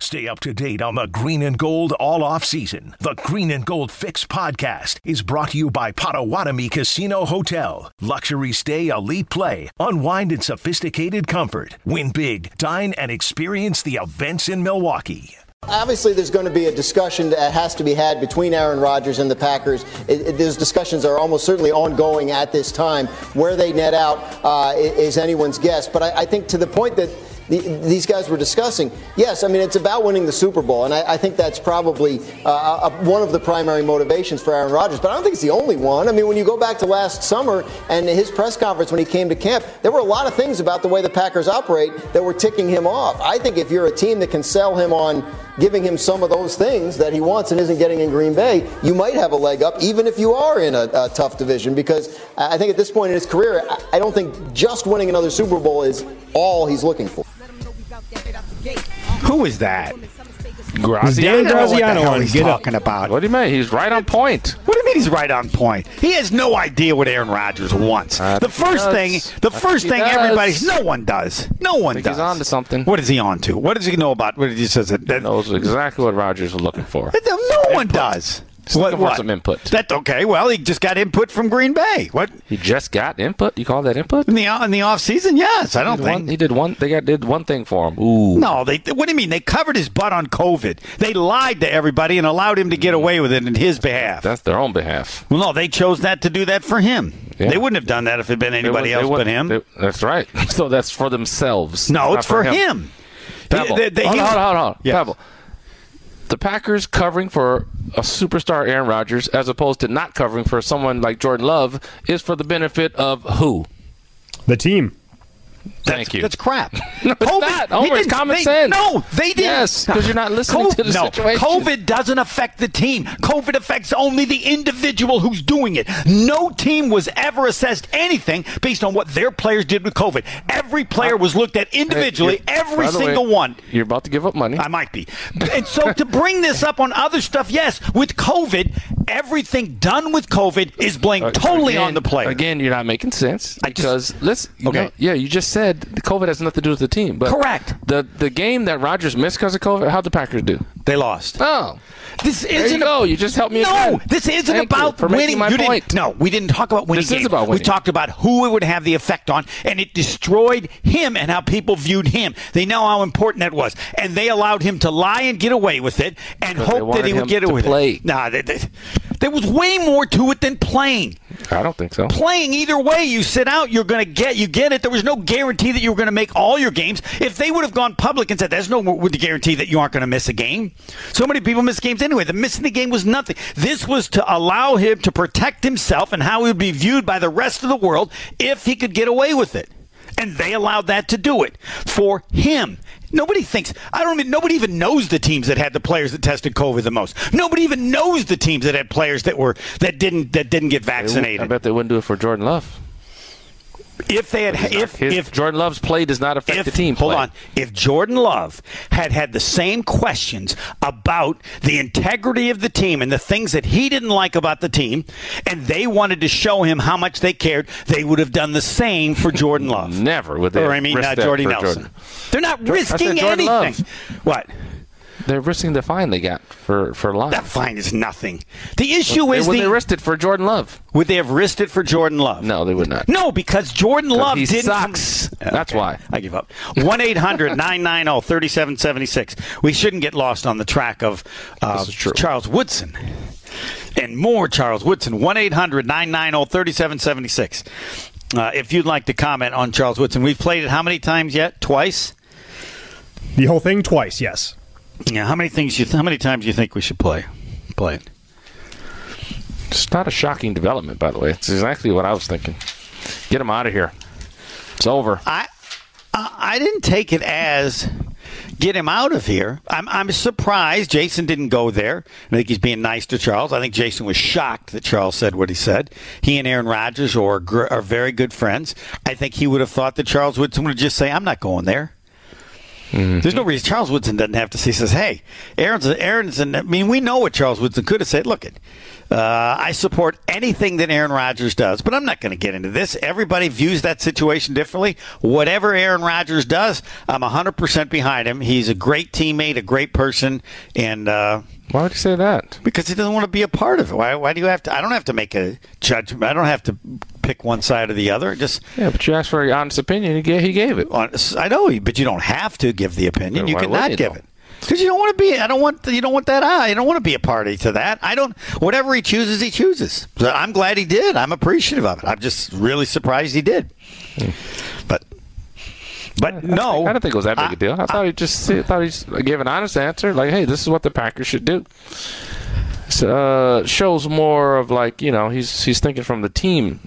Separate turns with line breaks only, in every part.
Stay up to date on the green and gold all off season. The Green and Gold Fix podcast is brought to you by Potawatomi Casino Hotel. Luxury stay, elite play, unwind in sophisticated comfort. Win big, dine, and experience the events in Milwaukee.
Obviously, there's going to be a discussion that has to be had between Aaron Rodgers and the Packers. It, it, those discussions are almost certainly ongoing at this time. Where they net out uh, is anyone's guess. But I, I think to the point that the, these guys were discussing. Yes, I mean, it's about winning the Super Bowl, and I, I think that's probably uh, a, one of the primary motivations for Aaron Rodgers, but I don't think it's the only one. I mean, when you go back to last summer and his press conference when he came to camp, there were a lot of things about the way the Packers operate that were ticking him off. I think if you're a team that can sell him on giving him some of those things that he wants and isn't getting in Green Bay, you might have a leg up, even if you are in a, a tough division, because I think at this point in his career, I, I don't think just winning another Super Bowl is all he's looking for.
Who is that?
Graziano.
Dan Graziano
what
on
he's
Get Up.
talking about. What do you mean? He's right on point.
What do you mean he's right on point? He has no idea what Aaron Rodgers wants.
I
the
think
first
he does.
thing, the
Uh, I think
first
he
thing,
does.
everybody, no one does. No one
Think
does.
he's onto something.
What is he on to? What does he know about? What did he says that? that-
Knows exactly what Rogers was looking for.
that no one does.
Just looking for some input.
That's okay. Well, he just got input from Green Bay. What
He just got input. You call that input?
in the in the off season? Yes, I don't
He did
think
one- he did one. They got did one thing for him. Ooh.
No, they. What do you mean? They covered his butt on COVID. They lied to everybody and allowed him to get away with it in his behalf.
That's their own behalf.
well, no, they chose that to do that for him.
Yeah.
They wouldn't have done that if it had been
They
anybody
wouldn't-
else
they
but him.
wouldn't- they- that's right. So that's for themselves.
no,
not
it's for him.
Pebble.
They- they-
hold,
he-
on, hold on, hold on.
Yes.
Pebble. The Packers covering for a superstar Aaron Rodgers as opposed to not covering for someone like Jordan Love is for the benefit of who?
The team.
Thank you.
That's crap.
No, it's not, Homer.
he
It's
didn't-
common
they-
sense.
No, they didn't.
Yes, 'cause you're not listening to the
no,
situation.
COVID doesn't affect the team. COVID affects only the individual who's doing it. No team was ever assessed anything based on what their players did with COVID. Every player was looked at individually,
Hey, you're-
every
by the way,
single one.
You're about to give up money.
I might be. And so to bring this up on other stuff, yes, with COVID, everything done with COVID is blamed totally
Again-
on the player.
Again, you're not making sense
I
because
just-
let's. you
Okay.
know, yeah, you just said the COVID has nothing to do with the team. But
Correct.
The the game that Rodgers missed because of COVID, how'd the Packers do?
They lost.
Oh.
This
you
isn't.
go. You just helped me
No,
again.
this isn't
Thank you
about
for making
winning.
my
you
point.
Didn't, no, we didn't talk about winning.
This is
games.
about winning.
We talked about who it would have the effect on, and it destroyed him and how people viewed him. They know how important that was, and they allowed him to lie and get away with it, and
Because they
hope that
wanted
he
him
would get
to
away
play.
with it. Nah, they, they, there was way more to it than playing
I don't think so.
playing either way you sit out you're going to get you get it there was no guarantee that you were going to make all your games if they would have gone public and said there's no w- guarantee that you aren't going to miss a game so many people miss games anyway the missing the game was nothing this was to allow him to protect himself and how he would be viewed by the rest of the world if he could get away with it and they allowed that to do it for him. Nobody thinks. I don't even. Nobody even knows the teams that had the players that tested COVID the most. Nobody even knows the teams that had players that were that didn't that didn't get vaccinated
I bet they wouldn't do it for Jordan Love.
if they had if
His-
if
Jordan Love's play does not affect
if
the team,
hold
play.
on if Jordan Love had had the same questions about the integrity of the team and the things that he didn't like about the team and they wanted to show him how much they cared they would have done the same for Jordan Love
Never would they
or I mean
risk
uh,
that
Jordy
for
Nelson
Jordan.
they're not
Jor- I said
risking
Jordan
anything
Love.
what
They're risking the fine they got for for lying.
that fine is nothing the issue
They-
is
would
the
they risk it for Jordan Love?
would they have risked it for Jordan Love
No, they would not.
No, because Jordan Love
he
didn't.
sucks. That's why.
I give up. 1 800 990 3776. We shouldn't get lost on the track of uh,
This is true.
Charles Woodson and more Charles Woodson. 1 800 990 3776. Uh, If you'd like to comment on Charles Woodson, we've played it how many times yet? Twice?
The whole thing twice, yes.
Yeah, how many things you how many times do you think we should play? Play it.
It's not a shocking development, by the way. It's exactly what I was thinking. Get him out of here. It's over.
I I I didn't take it as get him out of here. I'm I'm surprised Jason didn't go there. I think he's being nice to Charles. I think Jason was shocked that Charles said what he said. He and Aaron Rodgers are gr- are very good friends. I think he would have thought that Charles would would just say, "I'm not going there." There's no reason Charles Woodson doesn't have to say. Says, "Hey, Aaron's Aaron's." I mean, we know what Charles Woodson could have said. Look, it. Uh, I support anything that Aaron Rodgers does, but I'm not going to get into this. Everybody views that situation differently. Whatever Aaron Rodgers does, I'm 100% behind him. He's a great teammate, a great person, and uh,
Why would you say that?
because he doesn't want to be a part of it. Why, why do you have to? I don't have to make a judgment. I don't have to pick one side or the other. Just
Yeah, but you asked for your honest opinion. He gave, he gave it.
I know, you, but you don't have to give the opinion.
Then
You
why
can
would
not
you,
give
though?
it because you don't want to be. I don't want. You don't want that. I. You don't want to be a party to that. I don't. Whatever he chooses, he chooses. So I'm glad he did. I'm appreciative of it. I'm just really surprised he did.
Hmm.
But, but no,
I don't think it was that big a
I-
deal. I thought he just I thought he just gave an honest answer, like, "Hey, this is what the Packers should do." So, uh, shows more of like you know he's he's thinking from the team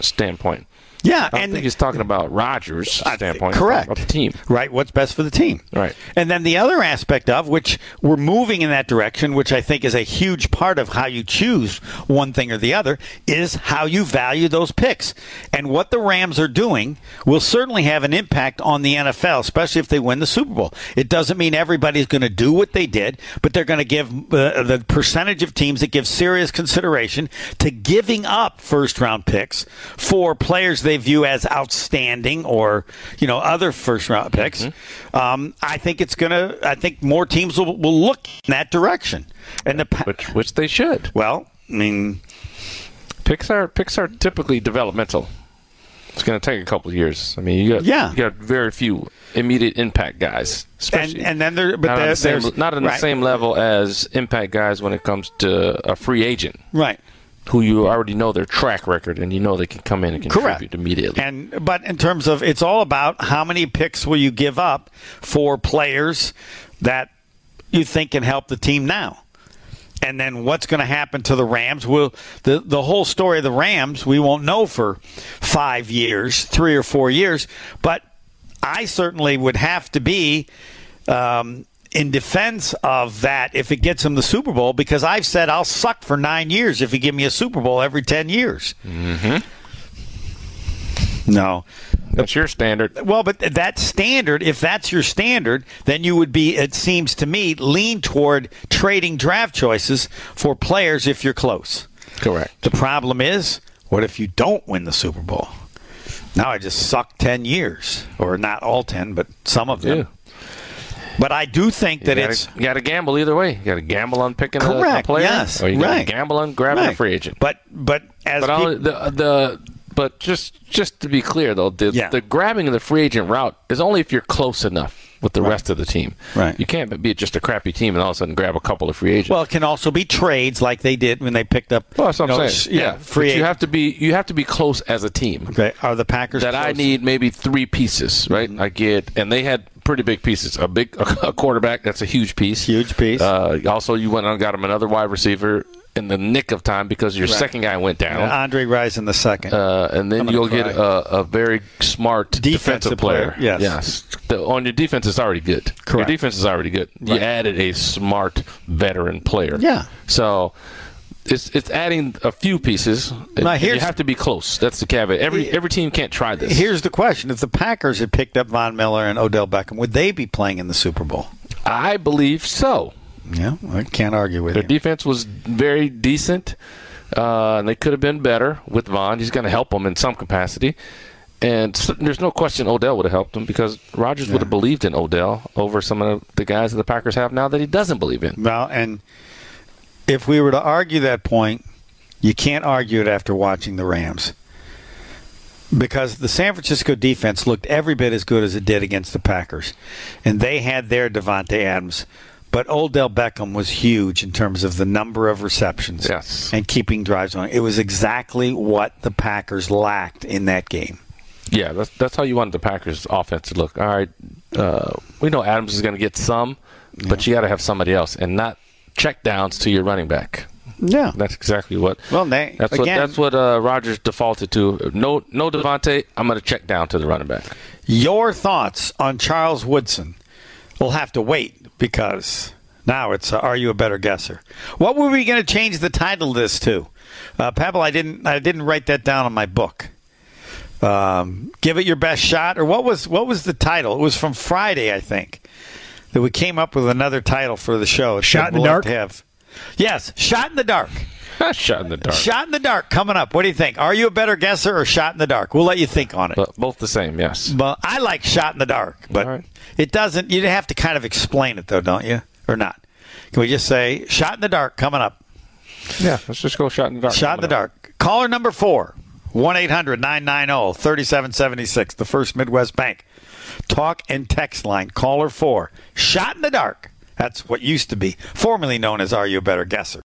standpoint.
Yeah,
I don't
and
think he's talking about Rogers'
I-
standpoint.
Correct.
Of the team.
Right. What's best for the team.
Right.
And then the other aspect of which we're moving in that direction, which I think is a huge part of how you choose one thing or the other, is how you value those picks. And what the Rams are doing will certainly have an impact on the NFL, especially if they win the Super Bowl. It doesn't mean everybody's going to do what they did, but they're going to give uh, the percentage of teams that give serious consideration to giving up first round picks for players they view as outstanding or you know other first round picks. Um, I think it's gonna. I think more teams will, will look in that direction. And the pa-
Which which they should.
well, I mean,
Picks are picks are typically developmental. It's going to take a couple of years. I mean, you got
Yeah.
you got very few immediate impact guys,
and
especially
and then there, but
not on
there-
the same,
there's
not on the
right,
same level as impact guys when it comes to a free agent.
right.
who you already know their track record and you know they can come in and contribute
Correct.
immediately.
And but in terms of it's all about how many picks will you give up for players that you think can help the team now. And then what's going to happen to the Rams? Will the the whole story of the Rams we won't know for 5 years, 3 or 4 years, but I certainly would have to be um, in defense of that if it gets him the Super Bowl because I've said I'll suck for 9 years if you give me a Super Bowl every 10 years.
Mm-hmm.
No.
That's your standard.
Well, but that standard, if that's your standard, then you would be, it seems to me, lean toward trading draft choices for players if you're close.
Correct.
The problem is, what if you don't win the Super Bowl? Now I just suck 10 years, or not all 10, but some of them. But I do think that
you gotta,
it's.
you gotta gamble either way. You got to gamble on picking a- a,
Correct,
player,
yes,
or you gotta
right.
gamble on grabbing a
Right.
free agent.
But, but as
But all
peop-
the the but just just to be clear though, the,
Yeah.
the grabbing of the free agent route is only if you're close enough with the rest of the team.
Right.
You can't be just a crappy team and all of a sudden grab a couple of free agents.
well, it can also be trades like they did when they picked up.
Well, that's what
you
I'm
know,
saying.
s-
Yeah,
Yeah, free
but you
agent.
have to be you have to be close as a team.
okay. Are the Packers
that
close?
I
Mm-hmm.
need maybe three pieces, right? I get, and they had pretty big pieces. A big a quarterback, that's a huge piece.
Huge piece.
Uh, also, you went and got him another wide receiver in the nick of time because your second guy went down.
Uh, Andre Rise in the second.
Uh, and then
gonna
you'll
cry.
get a, a very smart defensive,
Defensive player,
player.
yes.
The- on your defense is already good.
Correct.
Your defense is already good. You added a smart veteran player.
Yeah.
So it's it's adding a few pieces. and- and you
here's-
have to be close. That's the caveat. Every every team can't try this.
Here's the question: If the Packers had picked up Von Miller and Odell Beckham, would they be playing in the Super Bowl?
I believe so.
Yeah, I can't argue with
Their
you.
defense was very decent, uh, and they could have been better with Vaughn. He's going to help them in some capacity. And s there's no question Odell would have helped them because Rodgers would have believed in Odell over some of the guys that the Packers have now that he doesn't believe in.
well, and if we were to argue that point, you can't argue it after watching the Rams. Because the San Francisco defense looked every bit as good as it did against the Packers. And they had their Devontae Adams. But Odell Beckham was huge in terms of the number of receptions
Yes.
and keeping drives on. It was exactly what the Packers lacked in that game.
Yeah, that's that's how you wanted the Packers' offense to look. All right, uh, we know Adams is going to get some, but you got to have somebody else and not check downs to your running back.
Yeah.
That's exactly what.
Well, they-
that's
again-
what that's what uh, Rodgers defaulted to. No, no Devontae. I'm going to check down to the running back.
Your thoughts on Charles Woodson will have to wait because now it's uh, Are You a Better Guesser? What were we going to change the title of this to? Uh, Pebble, I didn't, I didn't write that down on my book. Um, give it your best shot, or what was what was the title? It was from Friday, I think. that we came up with another title for the show. It's
Shot in the
we'll
dark?
have to Have. Yes, shot in the dark.
Shot in the dark.
Shot in the dark coming up. What do you think? Are you a better guesser or shot in the dark? We'll let you think on it.
But both the same, yes.
Well, I like shot in the dark, but
All right.
it doesn't. You have to kind of explain it, though, don't you? Or not? Can we just say shot in the dark coming up?
Yeah, let's just go shot in the dark.
Shot in the dark. Caller number four, 1 800 990 3776, the First Midwest Bank. Talk and text line. Caller four, shot in the dark. That's what used to be, formerly known as Are You a Better Guesser?